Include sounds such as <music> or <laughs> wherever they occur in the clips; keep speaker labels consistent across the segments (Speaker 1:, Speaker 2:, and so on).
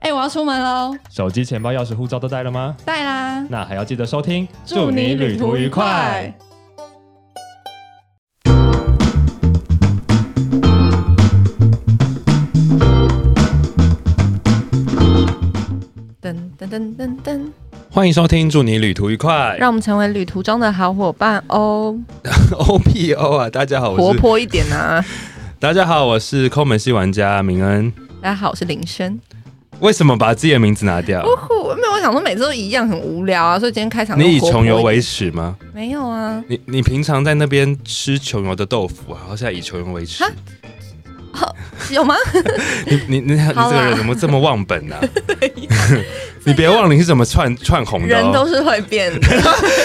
Speaker 1: 哎、我要出门喽，
Speaker 2: 手机、钱包、钥匙、护照都带了吗？
Speaker 1: 带啦！
Speaker 2: 那还要记得收听，
Speaker 1: 祝你旅途愉快。
Speaker 3: 噔噔噔噔噔，
Speaker 2: 欢迎收听，祝你旅途愉快。
Speaker 3: 让我们成为旅途中的好伙伴哦，
Speaker 2: <laughs> O P O 啊，大家好，
Speaker 3: 活
Speaker 2: 我是
Speaker 3: 泼一点啊！
Speaker 2: 大家好，我是抠门系玩家明恩。
Speaker 3: 大家好，我是林轩。
Speaker 2: 为什么把自己的名字拿掉？
Speaker 3: 呼呼，没有，我想说每次都一样，很无聊啊，所以今天开场
Speaker 2: 你以
Speaker 3: 就活泼
Speaker 2: 穷
Speaker 3: 一点
Speaker 2: 游为耻吗？
Speaker 3: 没有啊？
Speaker 2: 你你平常在那边吃穷游的豆腐啊，然后现在以穷游为耻
Speaker 3: 哈，有吗？
Speaker 2: 你你你你这
Speaker 3: 好啦
Speaker 2: 个人怎么这么忘本
Speaker 1: <laughs>
Speaker 2: 啊？ <laughs> 你别忘了你是怎么串串红的、
Speaker 3: 人
Speaker 2: 哦。
Speaker 3: 都是会变 <laughs> 的。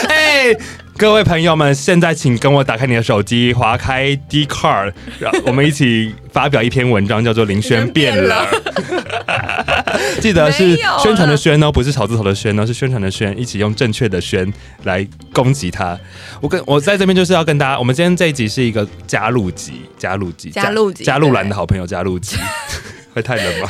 Speaker 2: 哎，各位朋友们，现在请跟我打开你的手机，划开 d c a r 让我们一起发表一篇文章，叫做《林轩变
Speaker 3: <laughs>
Speaker 2: 了》。记得是
Speaker 3: 没有啊
Speaker 2: 宣传的宣哦，不是草字头的宣哦，是宣传的宣，一起用正确的宣来攻击他。我跟我在这边就是要跟大家，我们今天这一集是一个加入集，加入集，
Speaker 3: 加入集
Speaker 2: 加入兰
Speaker 3: 对
Speaker 2: 的好朋友加入集， <laughs> 会太冷吗？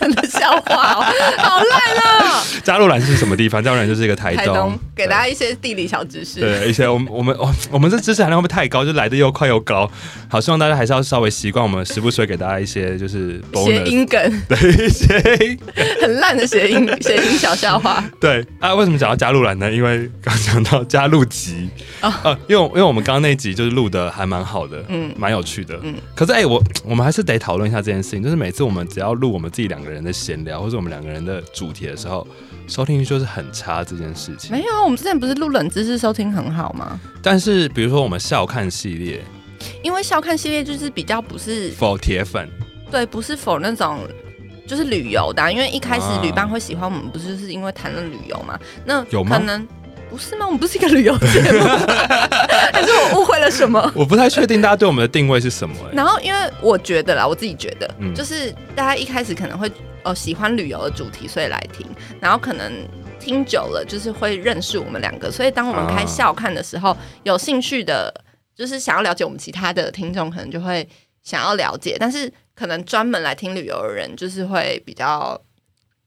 Speaker 3: 真的笑话哦，好烂啊！
Speaker 2: 加入兰是什么地方？加入兰就是一个台
Speaker 3: 台
Speaker 2: 东，
Speaker 3: 东给大
Speaker 2: 对
Speaker 3: 家一些地理小知识。
Speaker 2: 对，而且
Speaker 3: <laughs>
Speaker 2: 我们我们我我们这知识含量会不会太高？就来的又快又高。好，希望大家还是要稍微习惯，我们时不时会给大家一些就是
Speaker 3: 谐
Speaker 2: bonus
Speaker 3: 音梗，
Speaker 2: 对一些
Speaker 3: 很烂的谐
Speaker 2: <laughs>
Speaker 3: 音谐音小笑话。
Speaker 2: 对啊。为什么讲到加入兰呢？因为刚讲到加入集
Speaker 3: 哦
Speaker 2: 啊、呃因为我因为我们刚刚那集就是录的还蛮好的，嗯
Speaker 3: 嗯，
Speaker 2: 蛮有趣的，嗯
Speaker 3: 嗯。
Speaker 2: 可是哎、我我们还是得讨论一下这件事情，就是每次我们只要录我们自己两个人的闲聊，或者我们两个人的主题的时候，收听率就是很差这件事情。
Speaker 3: 没有啊，我们之前不是录冷知识收听很好吗？
Speaker 2: 但是比如说我们笑看系列
Speaker 3: 因为笑看系列就是比较不是
Speaker 2: 否铁粉。
Speaker 3: 对，不是否那种就是旅游的啊、因为一开始
Speaker 2: 啊
Speaker 3: 旅伴会喜欢我们，不是就是因为谈论旅游嘛？那
Speaker 2: 有吗
Speaker 3: 可能不是吗？我们不是一个旅游节
Speaker 2: <laughs>
Speaker 3: 目吗，还是我误会了什么？
Speaker 2: 我不太确定大家对我们的定位是什么、欸。
Speaker 3: 然后因为我觉得啦，我自己觉得，
Speaker 2: 嗯
Speaker 3: 就是大家一开始可能会呃喜欢旅游的主题，所以来听，然后可能。听久了就是会认识我们两个，所以当我们
Speaker 2: 啊
Speaker 3: 开笑看的时候，有兴趣的，就是想要了解我们其他的听众，可能就会想要了解，但是可能专门来听旅游的人，就是会比较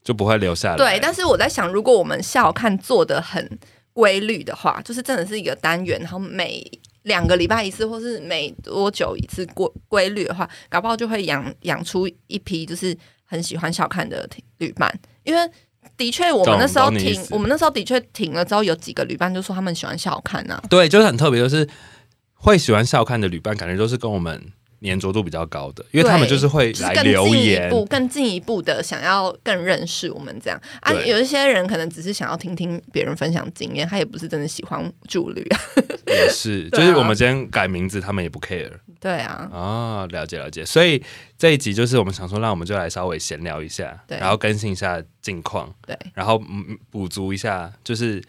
Speaker 2: 就不会留下来。
Speaker 3: 对，但是我在想，如果我们笑看做的很规律的话，就是真的是一个单元，然后每两个礼拜一次，或是每多久一次规规律的话，搞不好就会养养出一批就是很喜欢笑看的听旅伴，因为。的确，我们
Speaker 2: 懂
Speaker 3: 那时候
Speaker 2: 懂你意
Speaker 3: 停
Speaker 2: 思，
Speaker 3: 我们那时候的确停了之后，有几个旅伴就说他们喜欢笑看啊。
Speaker 2: 对，就是很特别，就是会喜欢笑看的旅伴，感觉都是跟我们粘着度比较高的，因为他们就是会
Speaker 3: 就是
Speaker 2: 来
Speaker 3: 更
Speaker 2: 留
Speaker 3: 进一
Speaker 2: 言。
Speaker 3: 步、更进一步的想要更认识我们这样啊。
Speaker 2: 对
Speaker 3: 有一些人可能只是想要听听别人分享经验，他也不是真的喜欢助旅啊。
Speaker 2: 也是，就
Speaker 3: <laughs> 对啊
Speaker 2: 是我们今天改名字，他们也不 care
Speaker 3: 对啊，
Speaker 2: 啊。了解了解，所以这一集就是我们想说，那我们就来稍微闲聊一下，
Speaker 3: 对
Speaker 2: 然后更新一下近况，
Speaker 3: 对，
Speaker 2: 然后嗯补足一下，就是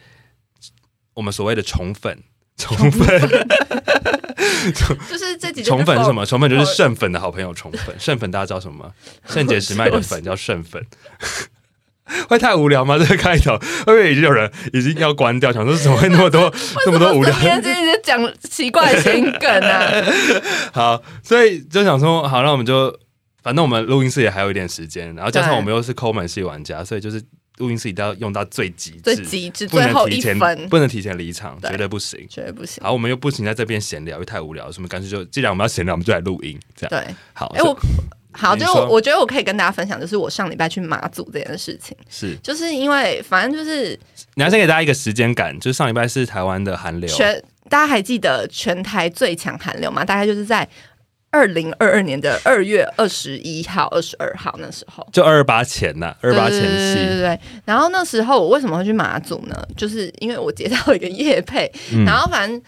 Speaker 2: 我们所谓的宠粉。宠粉，
Speaker 3: 就是
Speaker 2: <laughs>
Speaker 3: 这几
Speaker 2: 宠粉是什
Speaker 3: 么？
Speaker 2: 么？宠粉就是剩粉的好朋友。宠粉，剩粉大家知道什么 <laughs> 吗？圣洁时卖的粉叫剩粉。 <laughs> 会太无聊吗？这个开头会不会已经有人 <laughs> 已经要关掉？想说怎么会那么多 <laughs> 这么多无聊？
Speaker 3: 今天这一直讲奇怪的谐音梗
Speaker 2: <laughs>
Speaker 3: 啊，
Speaker 2: 好，所以就想说，好，那我们就反正我们录音室也还有一点时间，然后加上
Speaker 3: 对
Speaker 2: 我们又是抠门系玩家，所以就是录音室一定要用到最极致，
Speaker 3: 最极致，
Speaker 2: 不
Speaker 3: 最后
Speaker 2: 能
Speaker 3: 一
Speaker 2: 提前
Speaker 3: 分
Speaker 2: 不能提前离场，
Speaker 3: 对
Speaker 2: 绝对不行。
Speaker 3: 绝对不行。
Speaker 2: 好，我们又不行在这边闲聊，又太无聊，所以我们干脆就既然我们要闲聊，我们就来录音，这样
Speaker 3: 对，
Speaker 2: 好。
Speaker 3: 哎，我好，
Speaker 2: 你
Speaker 3: 就是
Speaker 2: 说
Speaker 3: 我我觉得我可以跟大家分享，就是我上礼拜去马祖这件事情，
Speaker 2: 是
Speaker 3: 就是因为反正就是
Speaker 2: 你要先给大家一个时间感，就是上礼拜是台湾的寒流，
Speaker 3: 全大家还记得全台最强寒流嘛？大概就是在二零二二年的二月二十一号、二十二号那时候。
Speaker 2: 就二二八前呐、二二八前
Speaker 3: 对对对
Speaker 2: 夕，
Speaker 3: 对对。然后那时候我为什么会去马祖
Speaker 2: <laughs>
Speaker 3: 呢？就是因为我接到一个业配，
Speaker 2: 嗯
Speaker 3: 然后反正。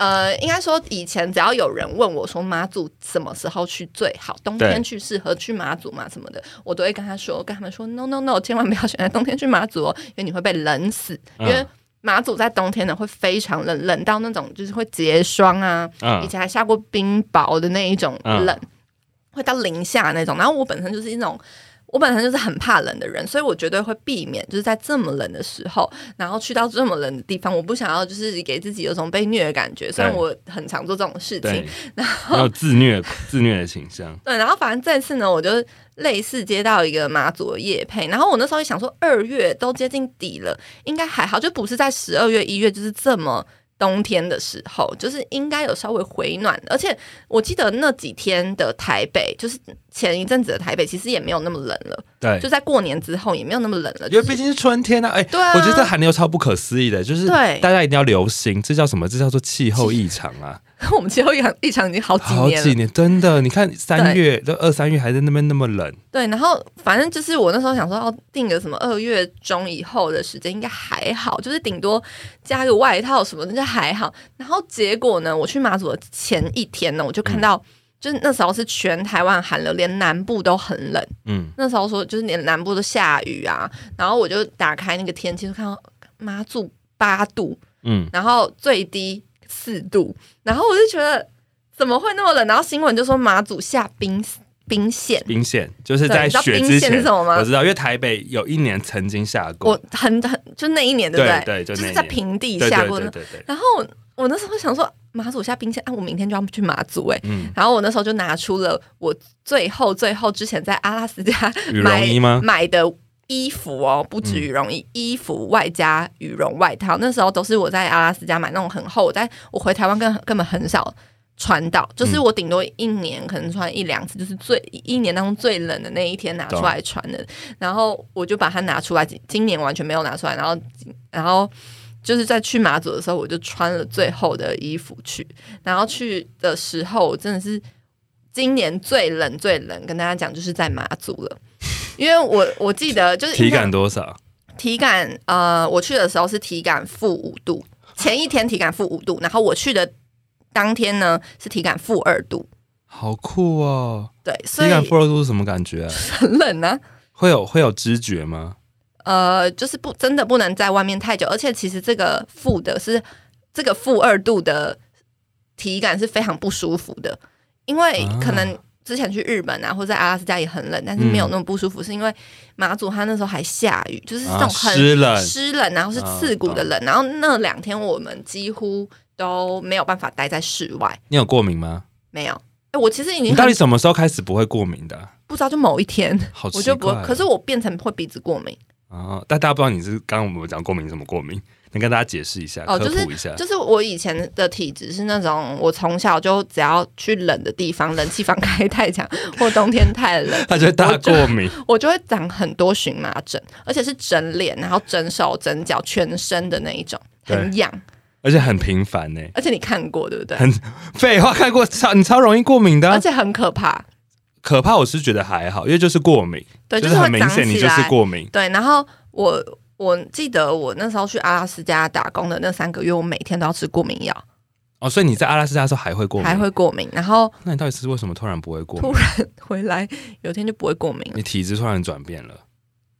Speaker 3: 呃，应该说以前只要有人问我说马祖什么时候去最好，冬
Speaker 2: 对
Speaker 3: 天去适合去马祖嘛什么的，我都会跟他说，跟他们说 no no <laughs> no，千万不要选在冬天去马祖哦，因为你会被冷死。因
Speaker 2: 嗯
Speaker 3: 为马祖在冬天呢会非常冷，冷到那种就是会结霜啊，以
Speaker 2: 嗯，
Speaker 3: 前还下过冰雹的那一种
Speaker 2: 嗯
Speaker 3: 冷，会到零下那种。然后我本身就是一种。我本身就是很怕冷的人，所以我绝对会避免，就是在这么冷的时候，然后去到这么冷的地方，我不想要就是给自己有种被虐的感觉。虽然
Speaker 2: 对
Speaker 3: 我很常做这种事情
Speaker 2: 嗯对，，然后自虐 <laughs> 自虐的倾向，
Speaker 3: 对，然后反正这次呢，我就类似接到一个马祖的夜配，然后我那时候也想说，二月都接近底了，应该还好，就不是在十二月、一月就是这么冬天的时候，就是应该有稍微回暖。而且我记得那几天的台北，就是前一阵子的台北，其实也没有那么冷了，
Speaker 2: 对
Speaker 3: 就，在过年之后也没有那么冷了。
Speaker 2: 因
Speaker 3: 就
Speaker 2: 为
Speaker 3: 是
Speaker 2: 毕竟是春天啊，哎、
Speaker 3: 对啊
Speaker 2: 我觉得这寒流超不可思议的，就是
Speaker 3: 对
Speaker 2: 大家一定要留心，这叫什么？这叫做气候异常啊！
Speaker 3: <laughs> 我们气候异常异常已经好几
Speaker 2: 好
Speaker 3: 年了
Speaker 2: 几，年，真的，你看三月到二三月还在那边那么冷，
Speaker 3: 对，然后反正就是我那时候想说，哦，定个什么二月中以后的时间应该还好，就是顶多加个外套什么的就还好。然后结果呢，我去马祖的前一天呢，我就看到，就是那时候是全台湾寒流，连南部都很冷。
Speaker 2: 嗯，
Speaker 3: 那时候说就是连南部都下雨啊，然后我就打开那个天气，就看到马祖八度，
Speaker 2: 嗯，
Speaker 3: 然后最低四度，然后我就觉得怎么会那么冷？然后新闻就说马祖下冰冰线。
Speaker 2: 冰线就是
Speaker 3: 对
Speaker 2: 在
Speaker 3: 你知道
Speaker 2: 雪
Speaker 3: 冰
Speaker 2: 之
Speaker 3: 线
Speaker 2: 前
Speaker 3: 是什么吗
Speaker 2: 我知道，因为台北有一年曾经下过
Speaker 3: 我，很很就那一年，对不
Speaker 2: 对
Speaker 3: 对？
Speaker 2: 对，就那
Speaker 3: 是
Speaker 2: 一
Speaker 3: 在
Speaker 2: 年
Speaker 3: 平地
Speaker 2: 对
Speaker 3: 下
Speaker 2: 对
Speaker 3: 过
Speaker 2: 对
Speaker 3: 的。
Speaker 2: 对对，
Speaker 3: 然后我我那时候想说，马祖下冰线，啊，我明天就要去马祖哎、欸
Speaker 2: 嗯，
Speaker 3: 然后我那时候就拿出了我最后最后之前在阿拉斯加
Speaker 2: 羽绒
Speaker 3: 买
Speaker 2: 衣吗
Speaker 3: 买的衣服哦，不止羽绒衣，衣服外加羽绒外套，那时候都是我在阿拉斯加买那种很厚，我在我回台湾根根本很少。穿到就是
Speaker 2: 嗯
Speaker 3: 我顶多一年可能穿一两次，就是最一年当中最冷的那一天拿出来穿的，然后我就把它拿出来，今今年完全没有拿出来，然后然后就是在去马祖的时候，我就穿了最厚的衣服去，然后去的时候我真的是今年最冷最冷，跟大家讲就是在马祖了，因为我我记得就是
Speaker 2: 体感多少？
Speaker 3: 体感呃，我去的时候是体感负五度，前一天体感负五度，然后我去的当天呢是体感负二度，
Speaker 2: 好酷哦！
Speaker 3: 对，所
Speaker 2: 体
Speaker 3: 以
Speaker 2: 感负二度是什么感觉、啊？
Speaker 3: 很冷呢、
Speaker 2: 会有会有知觉吗？
Speaker 3: 呃，就是不真的不能在外面太久，而且其实这个负的是这个负二度的体感是非常不舒服的，因为
Speaker 2: 啊
Speaker 3: 可能之前去日本啊，或者在阿拉斯加也很冷，但是没有那么不舒服，是因为马祖它那时候还下雨，就是这
Speaker 2: 啊，
Speaker 3: 种很
Speaker 2: 湿冷，啊
Speaker 3: 湿冷，然后是刺骨的冷，然后那两天我们几乎都没有办法待在室外，
Speaker 2: 你有过敏吗？
Speaker 3: 没有。哎，我其实已
Speaker 2: 你
Speaker 3: 经
Speaker 2: 到
Speaker 3: 很
Speaker 2: 底什么时候开始不会过敏的啊、
Speaker 3: 不知道，就某一天
Speaker 2: 好奇怪哦、
Speaker 3: 我就不会，可是我变成会鼻子过敏。
Speaker 2: 哦，但大家不知道你是刚刚我们讲过敏怎么过敏，能跟大家解释一下，
Speaker 3: 哦
Speaker 2: 科
Speaker 3: 就是
Speaker 2: 普一下。
Speaker 3: 就是我以前的体质是那种，我从小就只要去冷的地方，冷气房开太强或冬天太
Speaker 2: <laughs>
Speaker 3: 冷，
Speaker 2: 他觉得大过敏，
Speaker 3: 我就会长很多荨麻疹，而且是整脸，然后整手、整脚、全身的那一种，
Speaker 2: 对
Speaker 3: 很痒。
Speaker 2: 而且很频繁呢。
Speaker 3: 而且你看过对不对？
Speaker 2: 很废话，看过超你超容易过敏的啊、
Speaker 3: 而且很可怕，
Speaker 2: 可怕我是觉得还好，因为就是过敏，
Speaker 3: 对，
Speaker 2: 就是很
Speaker 3: 会
Speaker 2: 明
Speaker 3: 长
Speaker 2: 显你
Speaker 3: 起
Speaker 2: 就是
Speaker 3: 来。
Speaker 2: 过敏。
Speaker 3: 对，然后我我记得我那时候去阿拉斯加打工的那三个月，我每天都要吃过敏药，
Speaker 2: 哦，所以你在阿拉斯加的时候还会过敏，
Speaker 3: 还会过敏，然后
Speaker 2: 那你到底是为什么突然不会过
Speaker 3: 突
Speaker 2: 敏？
Speaker 3: 然回来有一天就不会过敏了
Speaker 2: 你。体质突然转变了，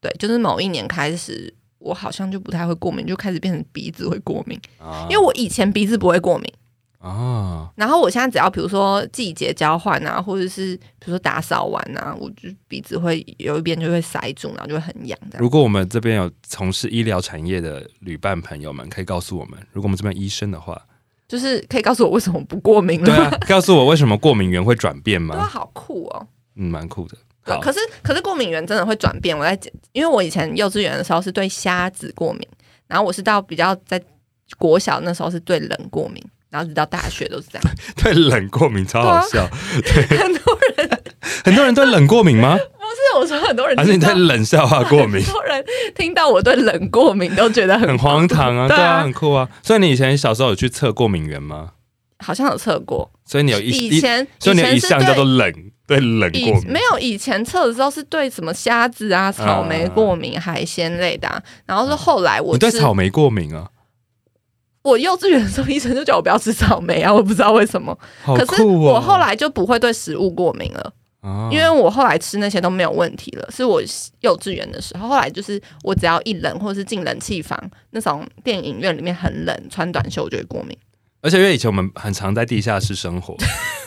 Speaker 3: 对，就是某一年开始，我好像就不太会过敏，就开始变成鼻子会过敏。
Speaker 2: 啊
Speaker 3: 因为我以前鼻子不会过敏，
Speaker 2: 哦，
Speaker 3: 然后我现在只要比如说季节交换啊，或者是比如说打扫完啊，我就鼻子会有一边就会塞住，然后就会很痒这样。
Speaker 2: 如果我们这边有从事医疗产业的旅伴朋友们，可以告诉我们，如果我们这边有医生的话，
Speaker 3: 就是可以告诉我为什么不过敏了
Speaker 2: 对
Speaker 3: 吗？
Speaker 2: 啊， <laughs> 告诉我为什么过敏源会转变
Speaker 3: 对啊，
Speaker 2: 吗？
Speaker 3: 好酷哦！
Speaker 2: 嗯，蛮酷的。
Speaker 3: 对
Speaker 2: 好，
Speaker 3: 可是可是过敏源真的会转变。我在因为我以前幼稚园的时候是对虾子过敏，然后我是到比较在国小那时候是对冷过敏，然后直到大学都是这样。
Speaker 2: 对冷过敏超好笑，
Speaker 3: 啊 <laughs> 很多人
Speaker 2: 很多人对冷过敏
Speaker 3: <laughs>
Speaker 2: 吗？
Speaker 3: 是我说很多人
Speaker 2: 还是你
Speaker 3: 听到
Speaker 2: 对冷笑话啊过
Speaker 3: <laughs>
Speaker 2: 敏
Speaker 3: 很？多人听到我对冷过敏都觉得很
Speaker 2: 很荒唐啊，
Speaker 3: 对
Speaker 2: 对
Speaker 3: 啊
Speaker 2: 啊，很酷啊。所以你以前小时候有去测过敏源吗？
Speaker 3: 好像有测过，
Speaker 2: 所以你有一
Speaker 3: 以
Speaker 2: 一，
Speaker 3: 前
Speaker 2: 所以你有一
Speaker 3: 以前是
Speaker 2: 项叫做
Speaker 3: 对
Speaker 2: 冷，对冷
Speaker 3: 以
Speaker 2: 过敏
Speaker 3: 没。有以前测的时候是对什么虾子啊、草莓过敏、海鲜类的啊、然后是后来我
Speaker 2: 你对
Speaker 3: 是
Speaker 2: 草莓过敏啊？
Speaker 3: 我幼稚园的时候医生就叫我不要吃草莓啊，我不知道为什么，
Speaker 2: 好
Speaker 3: 可是
Speaker 2: 酷哦！
Speaker 3: 我后来就不会对食物过敏了，
Speaker 2: 啊，
Speaker 3: 因为我后来吃那些都没有问题了，是我幼稚园的时候，后来就是我只要一冷或者是进冷气房那种电影院里面很冷，穿短袖我就会过敏。
Speaker 2: 而且因为以前我们很常在地下室生
Speaker 3: <laughs>
Speaker 2: 活，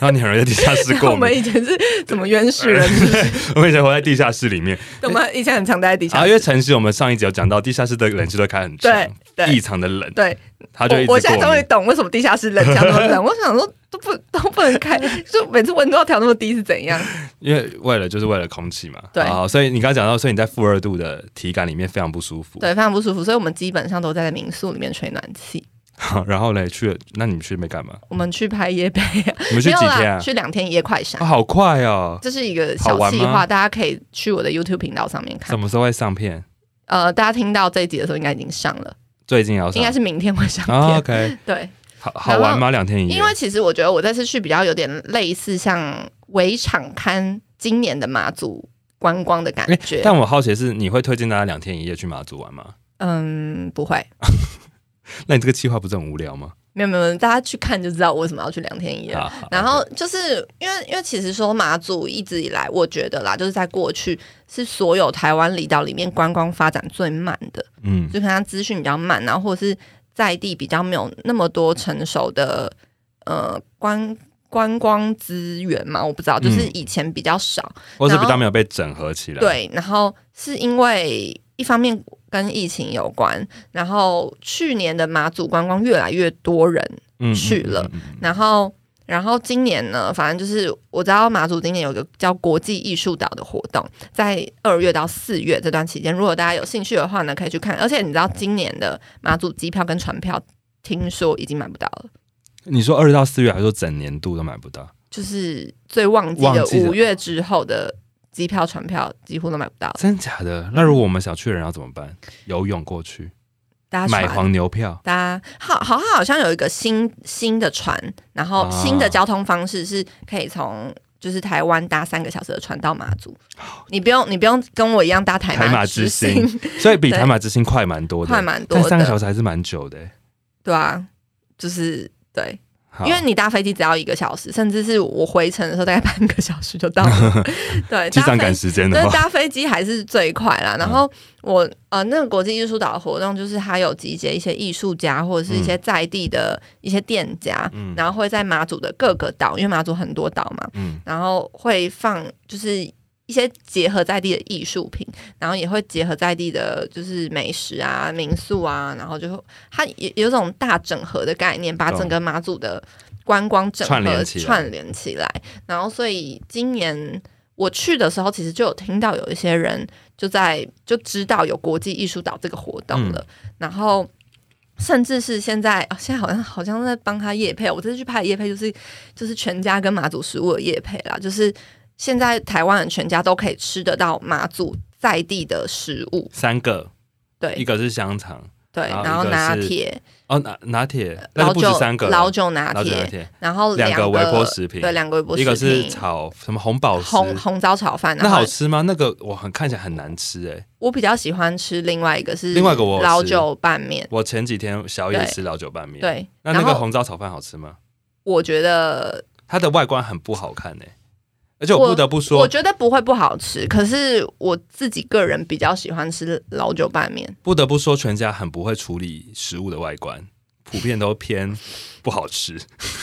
Speaker 2: 然后你很容易在地下室过
Speaker 3: 我
Speaker 2: 敏
Speaker 3: 们。以前是怎么原始
Speaker 2: <laughs>
Speaker 3: 人？是不是
Speaker 2: 我们以前活在地下室里面，
Speaker 3: 我们以前很常待在地
Speaker 2: 然
Speaker 3: 下
Speaker 2: 后
Speaker 3: 室
Speaker 2: 啊因为城市我们上一集有讲到地下室的冷气都开很长
Speaker 3: 对，对
Speaker 2: 异常的冷，
Speaker 3: 对，
Speaker 2: 它啊就一直
Speaker 3: 我我现在
Speaker 2: 过
Speaker 3: 终于
Speaker 2: 敏。
Speaker 3: 懂为什么地下室冷枪那么
Speaker 2: <laughs>
Speaker 3: 冷。我想说都不都不能开，就每次温度要调那么低是怎
Speaker 2: <laughs>
Speaker 3: 样？
Speaker 2: 因为为了就是为了空气嘛，
Speaker 3: 对
Speaker 2: 啊，所以你刚刚讲到，所以你在负二度的体感里面非常不舒服。
Speaker 3: 对，非常不舒服。所以我们基本上都在民宿里面吹暖气。
Speaker 2: 好， <laughs> 然后嘞，去了，那你们去那边干嘛？
Speaker 3: 我们去拍夜拍、啊，
Speaker 2: <laughs> 你们去
Speaker 3: 没有
Speaker 2: 几天
Speaker 3: 啦，
Speaker 2: 啊？
Speaker 3: 去两天一夜快闪。
Speaker 2: 啊好快哦！
Speaker 3: 这是一个
Speaker 2: 好
Speaker 3: 小
Speaker 2: 玩
Speaker 3: 计
Speaker 2: 吗
Speaker 3: 划，大家可以去我的 YouTube 频道上面看
Speaker 2: 什。么时候会上片？
Speaker 3: 呃，大家听到这一集的时候，应该已经上了，
Speaker 2: 最近要
Speaker 3: 应
Speaker 2: 上
Speaker 3: 该是明天会上片。
Speaker 2: 啊，OK，
Speaker 3: 对，
Speaker 2: 好好玩吗？两天一夜？
Speaker 3: 因为其实我觉得我这次去比较有点类似像围场刊今年的马祖观光的感
Speaker 2: 诶
Speaker 3: 觉。
Speaker 2: 但我好奇的是，你会推荐大家两天一夜去马祖玩吗？
Speaker 3: 嗯，不会，
Speaker 2: 那你这个计划不是很无聊吗？
Speaker 3: 没有没有没有，大家去看就知道我为什么要去两天一夜。
Speaker 2: 啊，好
Speaker 3: 然后就是因为因为其实说马祖一直以来，我觉得啦，就是在过去是所有台湾离岛里面观光发展最慢的，
Speaker 2: 嗯，
Speaker 3: 就可能它资讯比较慢，然后或者是在地比较没有那么多成熟的呃观观光资源嘛，我不知道，就是
Speaker 2: 嗯
Speaker 3: 以前比较少。
Speaker 2: 或是比
Speaker 3: 然
Speaker 2: 较
Speaker 3: 后
Speaker 2: 没有被整合起来。，
Speaker 3: 对，然后是因为一方面跟疫情有关，然后去年的马祖观光越来越多人，
Speaker 2: 嗯
Speaker 3: 去了
Speaker 2: 嗯嗯嗯嗯
Speaker 3: 然后。然后今年呢，反正就是我知道马祖今年有个叫国际艺术岛的活动，在二月到四月这段期间，如果大家有兴趣的话呢，可以去看。而且你知道今年的马祖机票跟船票，听说已经买不到了，
Speaker 2: 你说二到四月，还是说整年度都买不
Speaker 3: 哦
Speaker 2: 到？
Speaker 3: 就是最旺季
Speaker 2: 旺
Speaker 3: 的
Speaker 2: 季的
Speaker 3: 五月之后的机票、船票几乎都买不到了。
Speaker 2: 真假的？那如果我们想去的人要怎么办？游泳过去，
Speaker 3: 大家
Speaker 2: 买
Speaker 3: 船
Speaker 2: 黄牛票。
Speaker 3: 大家好好好像有一个新新的船，然后
Speaker 2: 啊
Speaker 3: 新的交通方式是可以从就是台湾搭三个小时的船到马祖，你不用你不用跟我一样搭台
Speaker 2: 台马之
Speaker 3: 之
Speaker 2: 星，
Speaker 3: <laughs>
Speaker 2: 所以比
Speaker 3: 对
Speaker 2: 台马之星快蛮多的，
Speaker 3: 快蛮多
Speaker 2: 但三个
Speaker 3: 的，
Speaker 2: 小时还是蛮久的欸。
Speaker 3: 对啊，就是对，
Speaker 2: 好
Speaker 3: 因为你搭飞机只要一个小时，甚至是我回程的时候大概半个小时就到
Speaker 2: <laughs>
Speaker 3: 了，对，
Speaker 2: 机
Speaker 3: 搭
Speaker 2: 上
Speaker 3: 飞
Speaker 2: 赶时间
Speaker 3: 但
Speaker 2: 的嗯
Speaker 3: 是
Speaker 2: 话，
Speaker 3: 搭飞机还是最快啦。然后我、呃，那个国际艺术岛的活动就是它有集结一些艺术家或者是一些在地的一些店家，
Speaker 2: 嗯
Speaker 3: 然后会在马祖的各个岛，因为马祖很多岛嘛，
Speaker 2: 嗯，
Speaker 3: 然后会放就是。一些结合在地的艺术品，然后也会结合在地的，就是美食啊、民宿啊，然后就会它也有种大整合的概念，把
Speaker 2: 懂
Speaker 3: 整个马祖的观光整合
Speaker 2: 串联起来
Speaker 3: 串联起来。然后，所以今年我去的时候，其实就有听到有一些人就在就知道有国际艺术岛这个活动了，
Speaker 2: 嗯
Speaker 3: 然后。甚至是现在，哦、现在好像好像在帮他夜配。我这次去拍的夜配就是就是全家跟马祖食物的夜配啦，就是现在台湾人全家都可以吃得到马祖在地的食物，
Speaker 2: 三个，
Speaker 3: 对
Speaker 2: 一个是香肠，
Speaker 3: 对，
Speaker 2: 然后
Speaker 3: 然后
Speaker 2: 一
Speaker 3: 拿
Speaker 2: 个是
Speaker 3: 铁、
Speaker 2: 哦，拿拿铁，那
Speaker 3: 呃老
Speaker 2: 就不止
Speaker 3: 酒
Speaker 2: 三个了，
Speaker 3: 老酒拿
Speaker 2: 老酒拿
Speaker 3: 铁，
Speaker 2: 铁，
Speaker 3: 然后
Speaker 2: 两个
Speaker 3: 个
Speaker 2: 微波食品
Speaker 3: 对，两个微波食
Speaker 2: 一
Speaker 3: 品，
Speaker 2: 个是炒什么红宝石，
Speaker 3: 红红糟炒饭，
Speaker 2: 那
Speaker 3: 然后
Speaker 2: 好吃吗？那个我很看起来很难吃哎。
Speaker 3: 我比较喜欢吃另外一个是
Speaker 2: 另外一个我有吃
Speaker 3: 老酒拌面，
Speaker 2: 我前几天小野
Speaker 3: 对
Speaker 2: 吃老酒拌面，，
Speaker 3: 对，
Speaker 2: 那那
Speaker 3: 然
Speaker 2: 个
Speaker 3: 后
Speaker 2: 红糟炒饭好吃吗？
Speaker 3: 我觉得
Speaker 2: 它的外观很不好看哎，而且我
Speaker 3: 我
Speaker 2: 不得不
Speaker 3: 我
Speaker 2: 说，
Speaker 3: 觉得不会不好吃，可是我自己个人比较喜欢吃老酒拌面，
Speaker 2: 不得不说全家很不会处理食物的外观，普遍都偏不好吃。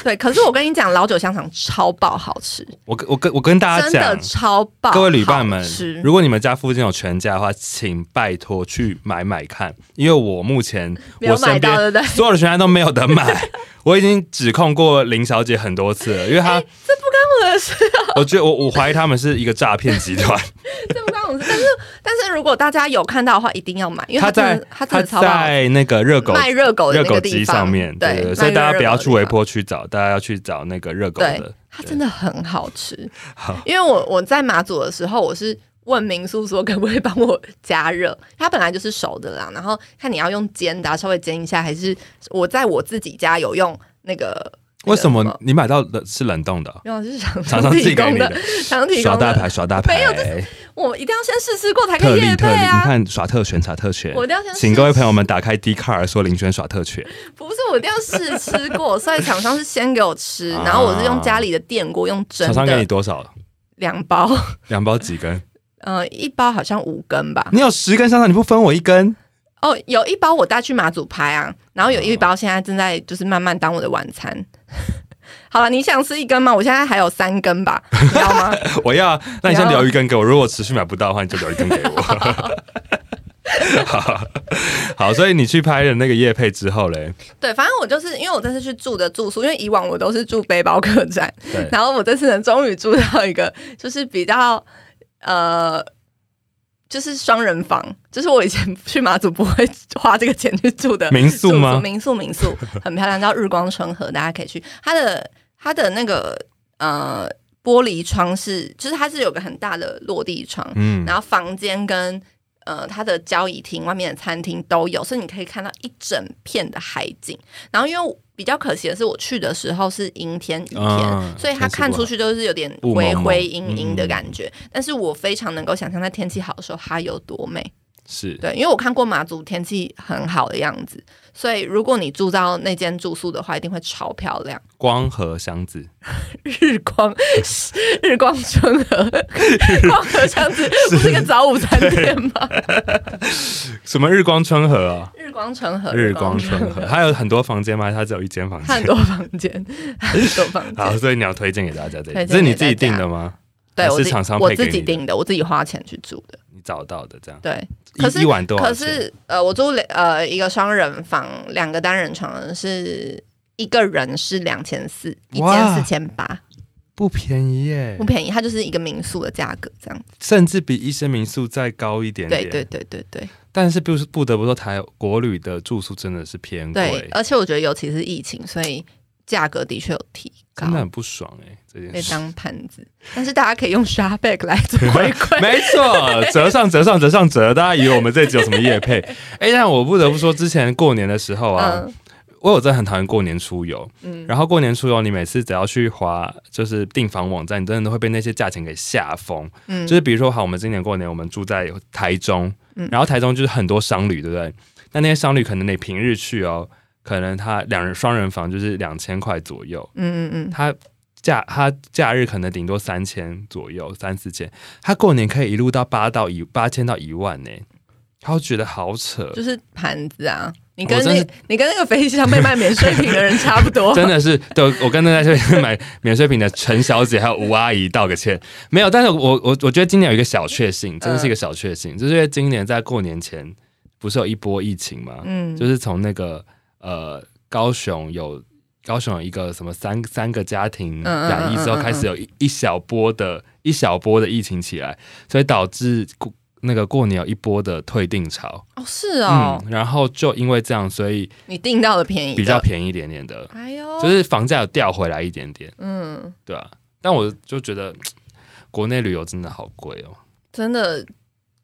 Speaker 3: 对，可是我跟你讲，老酒香肠超爆好吃，
Speaker 2: 我跟我跟我跟大家
Speaker 3: 真的
Speaker 2: 讲，
Speaker 3: 超爆好吃，
Speaker 2: 各位旅伴们，
Speaker 3: 是
Speaker 2: 如果你们家附近有全家的话，请拜托去买买看，因为我目前
Speaker 3: 没有
Speaker 2: 我
Speaker 3: 买
Speaker 2: 身
Speaker 3: 到对
Speaker 2: 边
Speaker 3: 不对？
Speaker 2: 所有的全家都没有得买。 <laughs> 我已经指控过林小姐很多次了，因为
Speaker 3: 哎我的啊
Speaker 2: 她，
Speaker 3: 是
Speaker 2: 我觉得我我怀疑他们是一个诈骗集团。
Speaker 3: 这不关我的事，但是但是如果大家有看到的话，一定要买，因为
Speaker 2: 她
Speaker 3: 它真
Speaker 2: 在
Speaker 3: 的它
Speaker 2: 她
Speaker 3: 真的超爆好吃
Speaker 2: 在那个热狗
Speaker 3: 卖热狗的
Speaker 2: 热
Speaker 3: 哦那
Speaker 2: 狗
Speaker 3: 个地
Speaker 2: 机
Speaker 3: 方
Speaker 2: 上面，对
Speaker 3: 对
Speaker 2: 对对，所以大家不要去
Speaker 3: 微
Speaker 2: 微
Speaker 3: 波，
Speaker 2: 波去找，大家要去找那个热狗
Speaker 3: 对
Speaker 2: 的。
Speaker 3: 它真的很好吃
Speaker 2: <laughs> 好。
Speaker 3: 因为我我在马祖的时候，我是问民宿说可不可以帮我加热，它本来就是熟的啦，然后看你要用煎的啊、稍微煎一下，还是我在我自己家有用那个。那
Speaker 2: 为
Speaker 3: 个
Speaker 2: 什么？你买到的是冷冻的哦？
Speaker 3: 没有，啊就是厂
Speaker 2: 厂商自己
Speaker 3: 提
Speaker 2: 给
Speaker 3: 供
Speaker 2: 你
Speaker 3: 的
Speaker 2: 的，，
Speaker 3: <laughs> 厂商提
Speaker 2: 耍
Speaker 3: 供
Speaker 2: 大
Speaker 3: 的。
Speaker 2: 牌，耍大牌，
Speaker 3: 没有我一定要先试吃过才可
Speaker 2: 特
Speaker 3: 以
Speaker 2: 例
Speaker 3: 夜
Speaker 2: 特
Speaker 3: 配
Speaker 2: 例，你
Speaker 3: 啊！
Speaker 2: 看耍特权，耍特权。
Speaker 3: 我一定要先试
Speaker 2: 请各位朋友们打开 d 卡尔说林轩耍特权，
Speaker 3: 不是，我一定要试吃过，所以厂商是先给我
Speaker 2: <laughs>
Speaker 3: 吃，
Speaker 2: 啊
Speaker 3: 然后我是用家里的电锅用蒸
Speaker 2: 厂商给你
Speaker 3: 的，
Speaker 2: 多少？
Speaker 3: 两包，
Speaker 2: 两包几根？
Speaker 3: 呃，一包好像五根吧。
Speaker 2: 你有十根香肠，你不分我一根？ <laughs>
Speaker 3: 哦，有一包我带去马祖拍啊，然后有一包现在正在就是慢慢当我的晚餐。 <laughs> 好了，你想吃一根吗？我现在还有三根吧，你要吗？
Speaker 2: 我要，那你先留一根给我。如果持续买不到的话，你就留一根给我。 <laughs> 好好，所以你去拍了那个叶配之后嘞，
Speaker 3: 对，反正我就是因为我这次去住的住宿，因为以往我都是住背包客栈，
Speaker 2: 对
Speaker 3: 然后我这次能终于住到一个就是比较呃，就是双人房，就是我以前 <laughs> 去马祖不会花这个钱去住的
Speaker 2: 民宿吗
Speaker 3: 住宿民宿民宿很漂亮，叫日光春和，大家可以去。它的它的那个呃玻璃窗是，就是它是有个很大的落地窗，
Speaker 2: 嗯，
Speaker 3: 然后房间跟呃它的交易厅、外面的餐厅都有，所以你可以看到一整片的海景。然后因为比较可惜的是，我去的时候是阴天啊雨天，
Speaker 2: 嗯
Speaker 3: 所以它看出去都是有点
Speaker 2: 雾蒙
Speaker 3: 灰
Speaker 2: 蒙
Speaker 3: 灰阴阴的感觉。但是我非常能够想象，在天气好的时候它有多美。
Speaker 2: 是
Speaker 3: 对，因为我看过马祖天气很好的样子，所以如果你住到那间住宿的话，一定会超漂亮。 <laughs>
Speaker 2: 光和箱子，
Speaker 3: 日光 <laughs> 日光春和， <laughs> 光和巷子不是一个早午餐店吗？
Speaker 2: 什么日光春和啊、
Speaker 3: 日光春和，
Speaker 2: 日光春和，它有很多房间吗？它只有一间房
Speaker 3: 它很
Speaker 2: 间。
Speaker 3: 多房间，很多房
Speaker 2: 好，
Speaker 3: 间。
Speaker 2: 所以你要推荐给大家这
Speaker 3: 推
Speaker 2: 个，
Speaker 3: 荐给
Speaker 2: 这是你自己定的吗？
Speaker 3: 对
Speaker 2: 还
Speaker 3: 我
Speaker 2: 是
Speaker 3: 自己
Speaker 2: 厂商
Speaker 3: 我
Speaker 2: 配给
Speaker 3: 自己
Speaker 2: 你的
Speaker 3: 订的，我自己花钱去住的。
Speaker 2: 你找到的这样，
Speaker 3: 对，可是
Speaker 2: 一一晚多少
Speaker 3: 可
Speaker 2: 钱
Speaker 3: 是呃，我住两呃一个双人房，两个单人床是。一个人是两千四，一间
Speaker 2: 哇
Speaker 3: 四千八，
Speaker 2: 不便宜耶
Speaker 3: 不，便宜，它就是一个民宿的价格这样子。
Speaker 2: 甚至比医生民宿再高一点点。
Speaker 3: 对对对对对
Speaker 2: 但是不是不得不说，台国旅的住宿真的是偏
Speaker 3: 对
Speaker 2: 贵，，
Speaker 3: 而且我觉得尤其是疫情，所以价格的确有提高
Speaker 2: 真。的很不爽哎、这件
Speaker 3: 被
Speaker 2: 事。
Speaker 3: 当盘子，但是大家可以用 s h a r b a c 来做
Speaker 2: <laughs>
Speaker 3: 回馈。
Speaker 2: 没错，折上折上折上折，大家以为我们这集有什么夜
Speaker 3: <laughs>
Speaker 2: 配？哎、但我不得不说，之前过年的时候啊，
Speaker 3: 嗯
Speaker 2: 我有真的很讨厌过年出游。
Speaker 3: 嗯，
Speaker 2: 然后过年出游，你每次只要去划就是订房网站，你真的会被那些价钱给吓疯。
Speaker 3: 嗯
Speaker 2: 就是比如说，好，我们今年过年我们住在台中，
Speaker 3: 嗯
Speaker 2: 然后台中就是很多商旅，对不对？那那些商旅可能你平日去哦，可能他两人双人房就是两千块左右，
Speaker 3: 嗯嗯嗯，
Speaker 2: 他假他假日可能顶多三千左右，三四千，他过年可以一路到八到一八千到一万呢，他会觉得好扯，哦
Speaker 3: 就是盘子啊。你
Speaker 2: 我
Speaker 3: 跟
Speaker 2: 哦真
Speaker 3: 那
Speaker 2: 是，
Speaker 3: 你跟那个飞机上被卖免税品的人差不 <laughs> 多。
Speaker 2: <laughs> 真的是，对我跟那些买免税品的陈小姐还有吴阿姨道个歉。没有，但是我我我觉得今年有一个小确幸，真的是一个小确幸，就是因为今年在过年前不是有一波疫情吗？
Speaker 3: 嗯，
Speaker 2: 就是从那个呃高雄有高雄有一个什么三三个家庭
Speaker 3: 嗯
Speaker 2: 染疫之
Speaker 3: 嗯
Speaker 2: 后，
Speaker 3: 嗯嗯
Speaker 2: 开始有一一小波的一小波的疫情起来，所以导致过那个过年有一波的退订潮。
Speaker 3: 哦，是哦，
Speaker 2: 嗯，然后就因为这样，所以
Speaker 3: 你订到了便宜的，
Speaker 2: 比较便宜一点点的。
Speaker 3: 哎呦，
Speaker 2: 就是房价有掉回来一点点，
Speaker 3: 嗯，
Speaker 2: 对啊。但我就觉得国内旅游真的好贵哦，
Speaker 3: 真的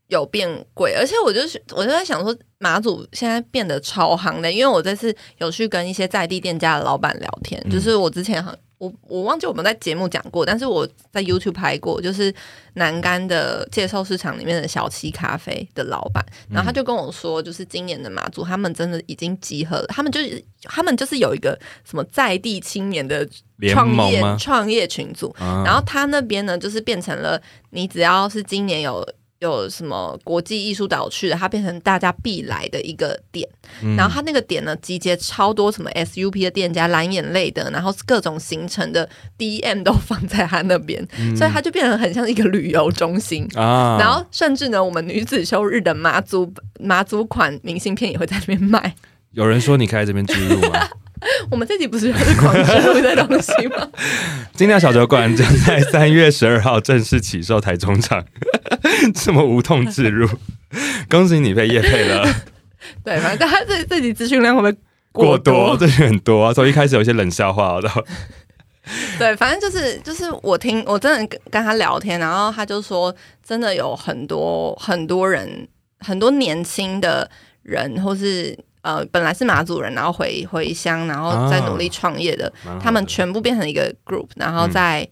Speaker 3: 有变贵，而且我就是我就在想说，马祖现在变得超行的，因为我这次有去跟一些在地店家的老板聊天，
Speaker 2: 嗯
Speaker 3: 就是我之前很我我忘记我们在节目讲过，但是我在 YouTube 拍过，就是南干的介绍市场里面的小七咖啡的老板，然后他就跟我说，就是今年的马祖他们真的已经集合了，他们就是他们就是有一个什么在地青年的
Speaker 2: 联
Speaker 3: 创
Speaker 2: 盟
Speaker 3: 业
Speaker 2: 吗？
Speaker 3: 创业群组，
Speaker 2: 啊
Speaker 3: 然后他那边呢，就是变成了你只要是今年有有什么国际艺术岛去的，它变成大家必来的一个点。
Speaker 2: 嗯
Speaker 3: 然后它那个点呢，集结超多什么 SUP 的店家、蓝眼泪的，然后各种行程的 DM 都放在他那边，所以它就变成很像一个旅游中心。
Speaker 2: 嗯啊
Speaker 3: 然后甚至呢，我们女子休日的马祖马祖款明信片也会在那边卖。
Speaker 2: 有人说你可以在这边居住吗？ <laughs>
Speaker 3: 我们这集不是就是狂吃 <laughs> 入的东西吗？
Speaker 2: 精酿小酒馆将在三月十二号正式启售台中场， <laughs> 这么无痛置入， <laughs> 恭喜你被业配了
Speaker 3: <laughs> 对，反正大家这这集资讯量会不会
Speaker 2: 过多，
Speaker 3: 多
Speaker 2: 这是很多啊。从一开始有一些冷笑话到
Speaker 3: 对，反正就是就是我听我真的跟跟他聊天，然后他就说，真的有很多很多人，很多年轻的人，或是呃本来是马祖人，然后回回乡，然后在努力创业的，
Speaker 2: 蛮好的
Speaker 3: 他们全部变成一个 group，然
Speaker 2: 嗯
Speaker 3: 后再、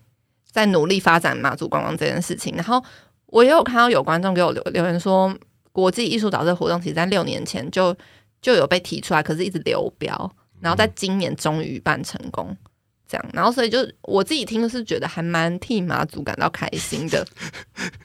Speaker 3: 再努力发展马祖观光这件事情。然后我也有看到有观众给我留留言说，国际艺术岛这个活动其实在六年前就就有被提出来，可是一直流标，然后在今年终于办成功。这样，然后所以就我自己听是觉得还蛮替马祖感到开心
Speaker 2: <laughs>
Speaker 3: 的。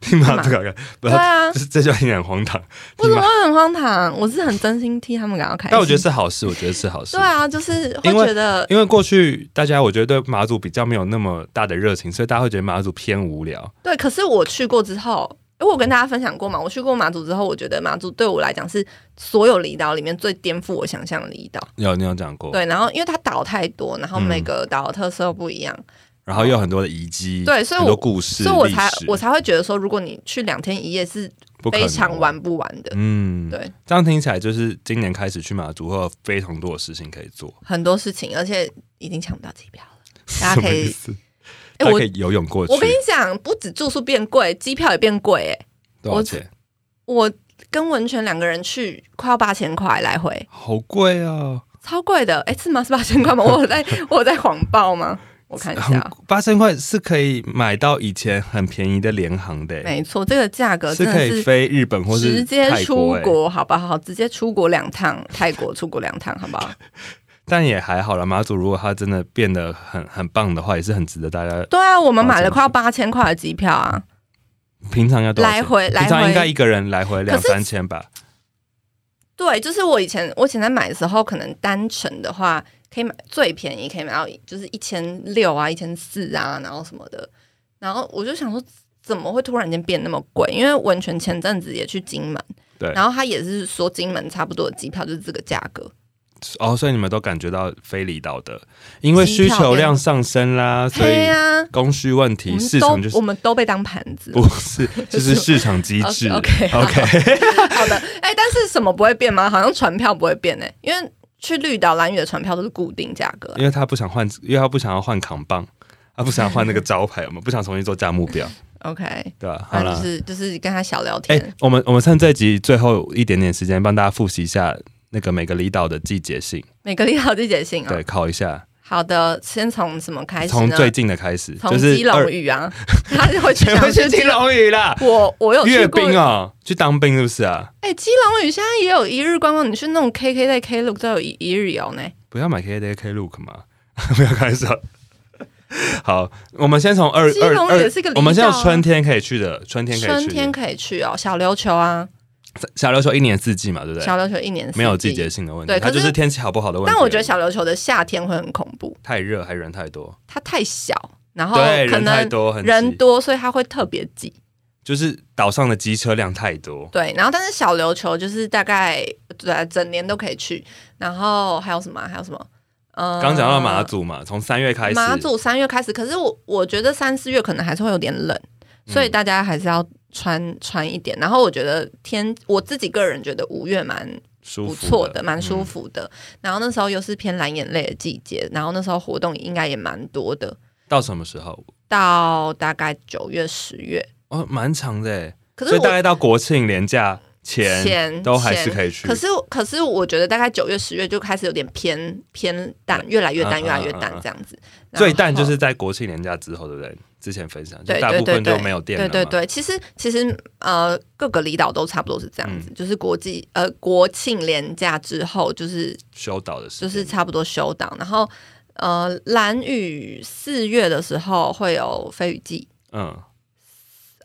Speaker 2: 听马这个，不
Speaker 3: 对
Speaker 2: 是，
Speaker 3: 啊，
Speaker 2: 这这句话听起来很荒唐。
Speaker 3: 为
Speaker 2: 听
Speaker 3: 什么
Speaker 2: 马，
Speaker 3: 会很荒唐？我是很真心替他们感到开心。
Speaker 2: 但我觉得是好事，我觉得是好事。
Speaker 3: 对啊，就是会
Speaker 2: 因为
Speaker 3: 觉得
Speaker 2: 因为过去大家我觉得对马祖比较没有那么大的热情，所以大家会觉得马祖偏无聊。
Speaker 3: 对。可是我去过之后，因为我跟大家分享过嘛，我去过马祖之后，我觉得马祖对我来讲是所有离岛里面最颠覆我想象的离岛。
Speaker 2: 有你有讲过，
Speaker 3: 对，然后因为它岛太多，然后每
Speaker 2: 哦嗯
Speaker 3: 个岛的特色又不一样，
Speaker 2: 然后又有很多的遗迹，
Speaker 3: 对所以
Speaker 2: 很多
Speaker 3: 我
Speaker 2: 故事，
Speaker 3: 所以我
Speaker 2: 历
Speaker 3: 才
Speaker 2: 史
Speaker 3: 我才会觉得说，如果你去两天一夜是
Speaker 2: 不可能哦
Speaker 3: 非常玩不完的。
Speaker 2: 嗯，
Speaker 3: 对，
Speaker 2: 这样听起来就是今年开始去马祖会有非常多的事情可以做。
Speaker 3: 很多事情，而且已经抢不到机票
Speaker 2: <laughs>
Speaker 3: 了。大家可以，
Speaker 2: 什么意思，
Speaker 3: 哎、
Speaker 2: 大家
Speaker 3: 我
Speaker 2: 可以游泳过去，
Speaker 3: 我跟你讲，不止住宿变贵，机票也变贵、哎，
Speaker 2: 多少钱？
Speaker 3: 我跟文泉两个人去，快要八千块来回，
Speaker 2: 好贵哦，
Speaker 3: 超贵的。哎、是吗？是八千
Speaker 2: <laughs>
Speaker 3: 块吗？我有在我有在谎报吗？我看一下啊，
Speaker 2: 八千块是可以买到以前很便宜的联航的、
Speaker 3: 没错，这个价格
Speaker 2: 是
Speaker 3: 真
Speaker 2: 可
Speaker 3: 的
Speaker 2: 以
Speaker 3: 是。
Speaker 2: 飞日本或是
Speaker 3: 直接
Speaker 2: 泰
Speaker 3: 出
Speaker 2: 国、欸，
Speaker 3: 国好不好？直接出国两趟，泰国出国两趟好不
Speaker 2: <laughs>
Speaker 3: 好？
Speaker 2: 但也还好啦。马祖如果它真的变得很很棒的话，也是很值得大家
Speaker 3: 对啊，我们买了快要八千块的机票啊，
Speaker 2: 平常要多少钱
Speaker 3: 来回来
Speaker 2: 平常应该
Speaker 3: 回。
Speaker 2: 一个人来回两
Speaker 3: 可是
Speaker 2: 三千吧。
Speaker 3: 对，就是我以前我以前在买的时候，可能单程的话可以买最便宜，可以买到就是一千六啊、一千四啊，然后什么的。然后我就想说，怎么会突然间变那么贵？因为温泉前阵子也去金门，
Speaker 2: 对
Speaker 3: 然后他也是说金门差不多的机票就是这个价格，
Speaker 2: 哦，所以你们都感觉到非离岛的，因为需求量上升啦，所以
Speaker 3: 对呀、
Speaker 2: 供需问
Speaker 3: 我
Speaker 2: 题，市
Speaker 3: 们
Speaker 2: 场就是
Speaker 3: 都我们都被当盘子了。
Speaker 2: 不 <laughs> 是，就是市场机
Speaker 3: <laughs>
Speaker 2: 制。
Speaker 3: OK，OK，好
Speaker 2: OK
Speaker 3: 好的，哎、但是什么不会变吗？好像船票不会变呢、因为去绿岛、蓝屿的船票都是固定价格啊、
Speaker 2: <laughs> 因为他不想换，因为他不想要换扛棒，他不想要换那个招牌，我们不想重新做价目表，
Speaker 3: OK，
Speaker 2: 对吧、好
Speaker 3: 反正
Speaker 2: 啦
Speaker 3: 哎就，是就是跟他小聊
Speaker 2: 哎、
Speaker 3: 天。
Speaker 2: 我们我们趁这集最后一点点时间，帮大家复习一下那个每个离岛的季节性，
Speaker 3: 每个礼拜地解信啊、
Speaker 2: 对，考一下，
Speaker 3: 好的，先从什么开始
Speaker 2: 从
Speaker 3: 呢？
Speaker 2: 最近的开始，
Speaker 3: 从
Speaker 2: 就是
Speaker 3: 基隆
Speaker 2: <laughs> 二，
Speaker 3: 屿啊， <laughs> 他就会去
Speaker 2: 谁
Speaker 3: 想
Speaker 2: 会去
Speaker 3: 去
Speaker 2: 听。龙语啦？
Speaker 3: 我我有去
Speaker 2: 阅
Speaker 3: 过，
Speaker 2: 兵哦，去当兵是不是啊？
Speaker 3: 哎、基隆屿现在也有一日观光，你去那种 KK 在 K look 都有一一日游呢。
Speaker 2: 不要买 K D K Look 嘛， <laughs> 没有开玩笑。好，我们先从二
Speaker 3: 基
Speaker 2: 二
Speaker 3: 隆
Speaker 2: 二
Speaker 3: 也是个，离
Speaker 2: 我们先有
Speaker 3: 岛啊
Speaker 2: 春天可以去的，春天可以去的，
Speaker 3: 春天可以去哦，小琉球啊，
Speaker 2: 小琉球一年四季嘛，对不对？
Speaker 3: 小琉球一年四季
Speaker 2: 没有季节。性的问题，
Speaker 3: 对
Speaker 2: 它就
Speaker 3: 可
Speaker 2: 是
Speaker 3: 是
Speaker 2: 天气好不好的问题而已。
Speaker 3: 但我觉得小琉球的夏天会很恐怖，
Speaker 2: 太热还人太多，
Speaker 3: 它太小，然后
Speaker 2: 对，
Speaker 3: 哦可
Speaker 2: 人太
Speaker 3: 能
Speaker 2: 多，很挤
Speaker 3: 人多，所以它会特别挤。
Speaker 2: 就是岛上的机车辆太多。
Speaker 3: 对，然后但是小琉球就是大概对整年都可以去，然后还有什么啊、还有什么？呃，
Speaker 2: 刚讲到马祖嘛，从三月开始，
Speaker 3: 马祖三月开始，可是我我觉得三四月可能还是会有点冷，
Speaker 2: 嗯
Speaker 3: 所以大家还是要穿穿一点。然后我觉得天，我自己个人觉得五月蛮
Speaker 2: 舒服
Speaker 3: 不错的，蛮
Speaker 2: 嗯
Speaker 3: 舒服的。然后那时候又是偏蓝眼泪的季节，然后那时候活动应该也蛮多的，
Speaker 2: 到什么时候？
Speaker 3: 到大概九月十月。
Speaker 2: 哦，蛮长的耶，
Speaker 3: 可
Speaker 2: 所
Speaker 3: 是
Speaker 2: 以
Speaker 3: 我
Speaker 2: 大概到国庆连假前
Speaker 3: 前
Speaker 2: 都还是
Speaker 3: 前
Speaker 2: 可以去。
Speaker 3: 可是，可是我觉得大概九月、十月就开始有点偏偏淡，越来越
Speaker 2: 啊
Speaker 3: 淡，越来越
Speaker 2: 啊
Speaker 3: 淡
Speaker 2: 啊
Speaker 3: 这样子。然
Speaker 2: 最淡就
Speaker 3: 后
Speaker 2: 是在国庆连假之后，对不对？之前分享，就
Speaker 3: 对
Speaker 2: 大
Speaker 3: 对
Speaker 2: 部分
Speaker 3: 对
Speaker 2: 就
Speaker 3: 对
Speaker 2: 没有电了
Speaker 3: 对
Speaker 2: 嘛。
Speaker 3: 对对，其实其实呃，各个离岛都差不多是这样子，
Speaker 2: 嗯
Speaker 3: 就是国际呃国庆连假之后，就是
Speaker 2: 修岛的时
Speaker 3: 就
Speaker 2: 间
Speaker 3: 是差不多休档，然后呃，蓝雨四月的时候会有飞雨季。
Speaker 2: 嗯，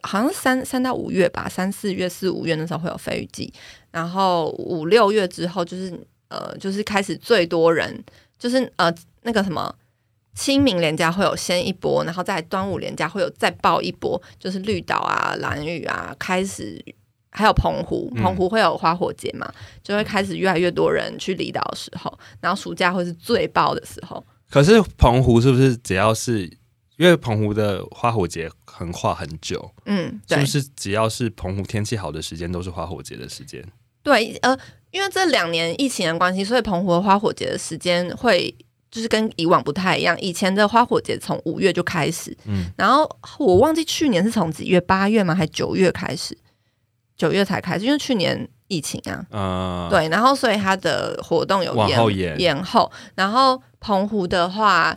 Speaker 3: 好像三三到五月吧，三四月、四五月那时候会有飞雨季，然后五六月之后就是呃，就是开始最多人，就是呃那个什么清明连假会有先一波，然后在端午连假会有再爆一波，就是绿岛啊、蓝屿啊开始。还有澎湖，
Speaker 2: 嗯
Speaker 3: 澎湖会有花火节嘛，就会开始越来越多人去离岛的时候，然后暑假会是最爆的时候。
Speaker 2: 可是澎湖是不是只要是因为澎湖的花火节横跨很久，
Speaker 3: 嗯，
Speaker 2: 是
Speaker 3: 对
Speaker 2: 不，是只要是澎湖天气好的时间都是花火节的时间？
Speaker 3: 对，呃，因为这两年疫情的关系，所以澎湖的花火节的时间会就是跟以往不太一样。以前的花火节从五月就开始，
Speaker 2: 嗯
Speaker 3: 然后我忘记去年是从几月，八月吗？还九月开始？九月才开始，因为去年疫情啊，
Speaker 2: 呃，，
Speaker 3: 对， <laughs> 然后所以它的活动有
Speaker 2: 往
Speaker 3: 延
Speaker 2: 后延
Speaker 3: 延后，然后澎湖的话，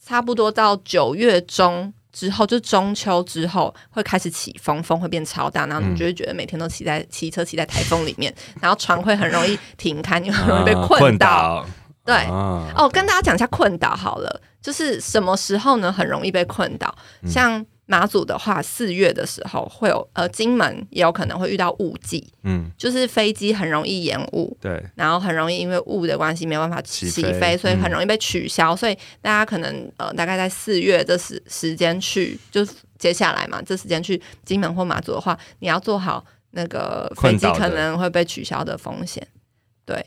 Speaker 3: 差不多到九月中之后，就中秋之后会开始起风，风会变超大，然后
Speaker 2: 嗯
Speaker 3: 你就会觉得每天都
Speaker 2: <laughs>
Speaker 3: 骑在骑车骑在台风里面，然后船会很容易停开，你会很容易被困到。
Speaker 2: 到。
Speaker 3: 对，
Speaker 2: 啊
Speaker 3: 哦，跟大家讲一下困岛好了，就是什么时候呢？很容易被困岛。
Speaker 2: 嗯
Speaker 3: 像马祖的话，四月的时候会有，呃，金门也有可能会遇到雾季，
Speaker 2: 嗯，
Speaker 3: 就是飞机很容易延误，
Speaker 2: 对，
Speaker 3: 然后很容易因为雾的关系没有办法
Speaker 2: 起
Speaker 3: 起
Speaker 2: 飞
Speaker 3: 飞，所以
Speaker 2: 嗯
Speaker 3: 很容易被取消。所以大家可能呃，大概在四月这时时间去，就是接下来嘛，这时间去金门或马祖的话，你要做好那个飞
Speaker 2: 困
Speaker 3: 机
Speaker 2: 岛的
Speaker 3: 可能会被取消的风险。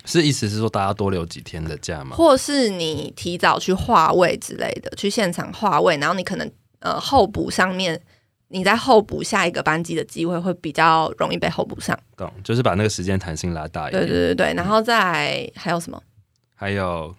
Speaker 2: 是意思是说大家多留几天的假吗？
Speaker 3: 或是你提早去划位之类的，去现场划位，然后你可能呃候补上面，你在候补下一个班机的机会会比较容易被候补上。
Speaker 2: 懂，就是把那个时间弹性拉大一
Speaker 3: 对
Speaker 2: 点。
Speaker 3: 对对对，然后再来还有什么？
Speaker 2: 还有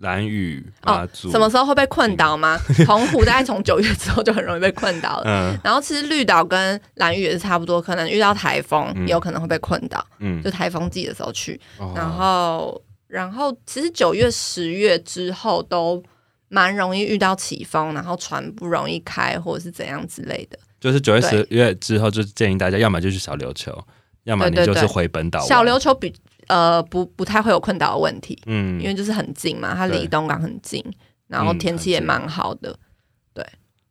Speaker 2: 蓝雨、马
Speaker 3: 哦，
Speaker 2: 祖，
Speaker 3: 什么？时候会被困岛
Speaker 2: <laughs>
Speaker 3: 吗？澎湖大概从九月之后就很容易被困岛了。
Speaker 2: 嗯
Speaker 3: 然后其实绿岛跟蓝屿也是差不多，可能遇到台风
Speaker 2: 嗯
Speaker 3: 也有可能会被困岛，
Speaker 2: 嗯
Speaker 3: 就，台风季的时候去。
Speaker 2: 哦
Speaker 3: 然后，然后其实九月、十月之后都蛮容易遇到起风，然后船不容易开或者是怎样之类的。
Speaker 2: 就是九月、
Speaker 3: 对
Speaker 2: 十月之后，就建议大家，要么就去小琉球，要么你
Speaker 3: 对对
Speaker 2: 就
Speaker 3: 对
Speaker 2: 是回本岛玩。
Speaker 3: 小琉球比呃不不太会有困岛的问题，
Speaker 2: 嗯，
Speaker 3: 因为就是很近嘛，它
Speaker 2: 对
Speaker 3: 离东港很近，然后
Speaker 2: 嗯
Speaker 3: 天气也
Speaker 2: 很近
Speaker 3: 蛮好的。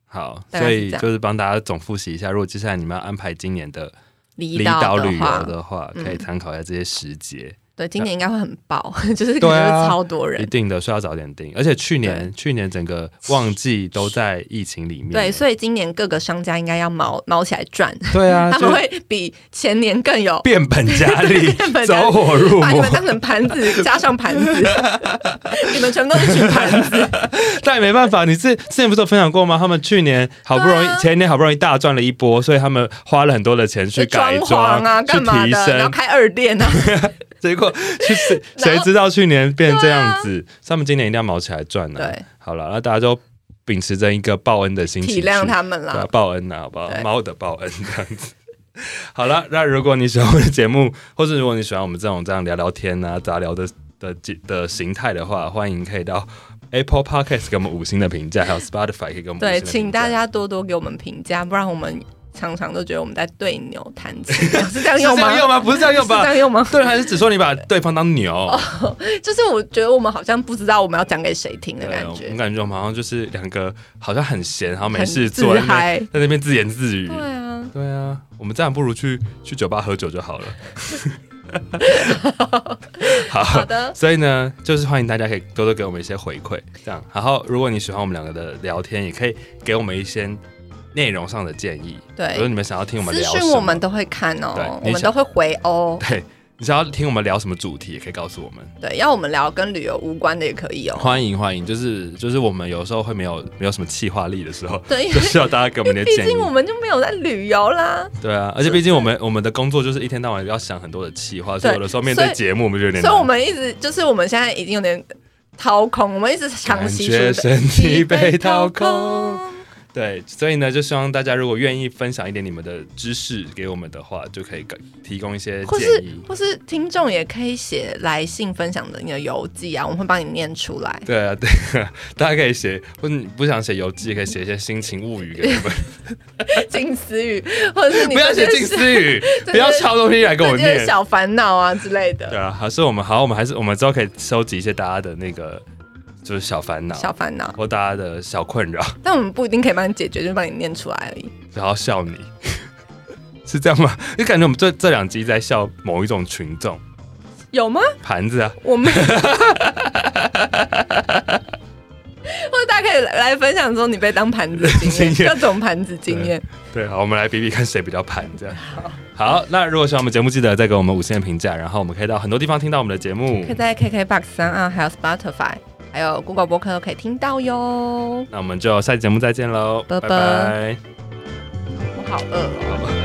Speaker 2: 好，
Speaker 3: 大概
Speaker 2: 所
Speaker 3: 是
Speaker 2: 以
Speaker 3: 这样
Speaker 2: 就是帮大家总复习一下，如果接下来你们要安排今年的
Speaker 3: 离
Speaker 2: 离岛
Speaker 3: 岛的
Speaker 2: 旅游
Speaker 3: 话，
Speaker 2: 的话，
Speaker 3: 嗯
Speaker 2: 可以参考一下这些时节，
Speaker 3: 对，今年应该会很爆， <laughs> 就是可
Speaker 2: 对啊
Speaker 3: 能就是超多
Speaker 2: 一
Speaker 3: 人。
Speaker 2: 定的，需要早点订。而且去年去年整个旺季都在疫情里面，
Speaker 3: 对，所以今年各个商家应该要毛毛起来赚，
Speaker 2: 对啊，
Speaker 3: 他
Speaker 2: 就
Speaker 3: 们会比前年更有
Speaker 2: 变本加厉
Speaker 3: <laughs> 变本，加
Speaker 2: 走
Speaker 3: 厉
Speaker 2: 火入
Speaker 3: 把你
Speaker 2: 魔
Speaker 3: 们，当成盘子，加上盘子， <laughs> 你们全部都是群盘子。 <laughs>
Speaker 2: 但没办法，你是之前不是有分享过吗？他们去年好不容易，
Speaker 3: 对啊
Speaker 2: 前年好不容易大赚了一波，所以他们花了很多的钱去改
Speaker 3: 装 <laughs> 潢啊，
Speaker 2: 去
Speaker 3: 干嘛
Speaker 2: 提
Speaker 3: 的？然后
Speaker 2: 升，
Speaker 3: 开二店啊，
Speaker 2: <laughs> 结
Speaker 3: <laughs>
Speaker 2: 果去谁
Speaker 3: 然
Speaker 2: 谁
Speaker 3: 后啊
Speaker 2: 知道去年变这样子，所以他们今年一定要毛起来赚啊！
Speaker 3: 对，
Speaker 2: 好了，那大家就秉持着一个报恩的心情去，
Speaker 3: 体谅他们
Speaker 2: 对啊
Speaker 3: 啦。
Speaker 2: 报恩呐、好不好？
Speaker 3: 对
Speaker 2: 猫的报恩这样子。 <laughs> 好了，那如果你喜欢我们的节目，或是如果你喜欢我们这种这样聊聊天啊、杂聊的的的形态的话，欢迎可以到 Apple Podcast 给我们五星的评价，还有 Spotify 可以给我们五星的
Speaker 3: 对，
Speaker 2: 评价
Speaker 3: 请大。家多多给我们评价，不然我们常常都觉得我们在对牛弹
Speaker 2: <laughs>
Speaker 3: 琴，是这样
Speaker 2: 是这
Speaker 3: 用吗
Speaker 2: 样？用吗？不是这样用
Speaker 3: 是这 <laughs>
Speaker 2: 吧？
Speaker 3: 样用吗？
Speaker 2: 对，还是只说你把对方当牛？
Speaker 3: 哦就是我觉得我们好像不知道我们要讲给谁听的
Speaker 2: 对
Speaker 3: 感
Speaker 2: 我
Speaker 3: 觉
Speaker 2: 们。感觉我们好像就是两个好像很闲，然后没事
Speaker 3: 很自
Speaker 2: 做在那边
Speaker 3: 嗨
Speaker 2: 在那边自言自语
Speaker 3: 对。啊，
Speaker 2: 对啊，我们这样不如去去酒吧喝酒就好
Speaker 3: <laughs>
Speaker 2: 了。好
Speaker 3: 好的，
Speaker 2: 所以呢，就是欢迎大家可以多多给我们一些回馈，这样。然后，如果你喜欢我们两个的聊天，也可以给我们一些内容上的建议，比如
Speaker 3: <laughs> 对，
Speaker 2: 你们想要听我们
Speaker 3: 资
Speaker 2: 聊什
Speaker 3: 讯
Speaker 2: 么，
Speaker 3: 我们都会看
Speaker 2: 对
Speaker 3: 哦，
Speaker 2: 你
Speaker 3: 我们
Speaker 2: 想
Speaker 3: 都会回哦。
Speaker 2: 对。你想要听我们聊什么主题，也可以告诉我们。
Speaker 3: 对，要我们聊跟旅游无关的也可以哦。
Speaker 2: <laughs> 欢迎欢迎，就是就是我们有时候会没有没有什么气化力的时候，
Speaker 3: <laughs> 对，因
Speaker 2: 就
Speaker 3: 为
Speaker 2: 需要大家给我们一
Speaker 3: 毕
Speaker 2: 些建议
Speaker 3: 竟。我们就没有在旅游啦，
Speaker 2: 对啊，而且毕竟我们我们的工作就是一天到晚要想很多的气化，所以
Speaker 3: 对
Speaker 2: 有的时候面对
Speaker 3: 所以
Speaker 2: 节目我们就有点
Speaker 3: 所以我
Speaker 2: 难。
Speaker 3: 们一直就是我们现在已经有点掏空，我们一直
Speaker 2: 感
Speaker 3: 尝试
Speaker 2: 觉
Speaker 3: 出
Speaker 2: 身体被
Speaker 3: 被掏
Speaker 2: 掏空
Speaker 3: 空。。
Speaker 2: 对，所以呢，就希望大家如果愿意分享一点你们的知识给我们的话，就可以给提供一些
Speaker 3: 或
Speaker 2: 建
Speaker 3: 是
Speaker 2: 议。
Speaker 3: 或是听众也可以写来信分享的你的游记啊，我们会帮你念出来。
Speaker 2: <laughs> 对啊，对啊，大家可以写，或者你不想写游记，也可以写一些心情
Speaker 3: <laughs>
Speaker 2: 物语给我们。
Speaker 3: 近思语，或者是你
Speaker 2: 不要
Speaker 3: 这
Speaker 2: 写
Speaker 3: 件
Speaker 2: 近
Speaker 3: 事
Speaker 2: 思语，
Speaker 3: <laughs> 对
Speaker 2: 不要抄东西来跟我
Speaker 3: 这件
Speaker 2: 念。
Speaker 3: 小烦恼啊之类
Speaker 2: 对
Speaker 3: 的
Speaker 2: 啊，还是我们好，我们还是我们之后可以收集一些大家的那个就是小烦恼，
Speaker 3: 小烦恼，
Speaker 2: 或大家的小困扰，
Speaker 3: 但我们不一定可以帮你解决，就帮你念出来而已。
Speaker 2: 然后笑你， <laughs> 是这样吗？就感觉我们这这两集在笑某一种群众
Speaker 3: 有吗？
Speaker 2: 盘子啊。
Speaker 3: 我 <laughs> 们，或者大家可以来分享说你被当盘子的经
Speaker 2: 经
Speaker 3: 验，
Speaker 2: 验
Speaker 3: 各种盘子经验。
Speaker 2: 对，好，我们来比比看谁比较盘，这样。好，那如果喜欢我们节目，记得再给我们五星的评价，然后我们可以到很多地方听到我们的节目
Speaker 3: 可以。在 KKBox 上啊，还有 Spotify，还有 Google 播客都可以听到哟。
Speaker 2: 那我们就下期节目再见喽，
Speaker 3: 拜
Speaker 2: 拜拜。
Speaker 3: 我好饿哦。
Speaker 2: 好吧。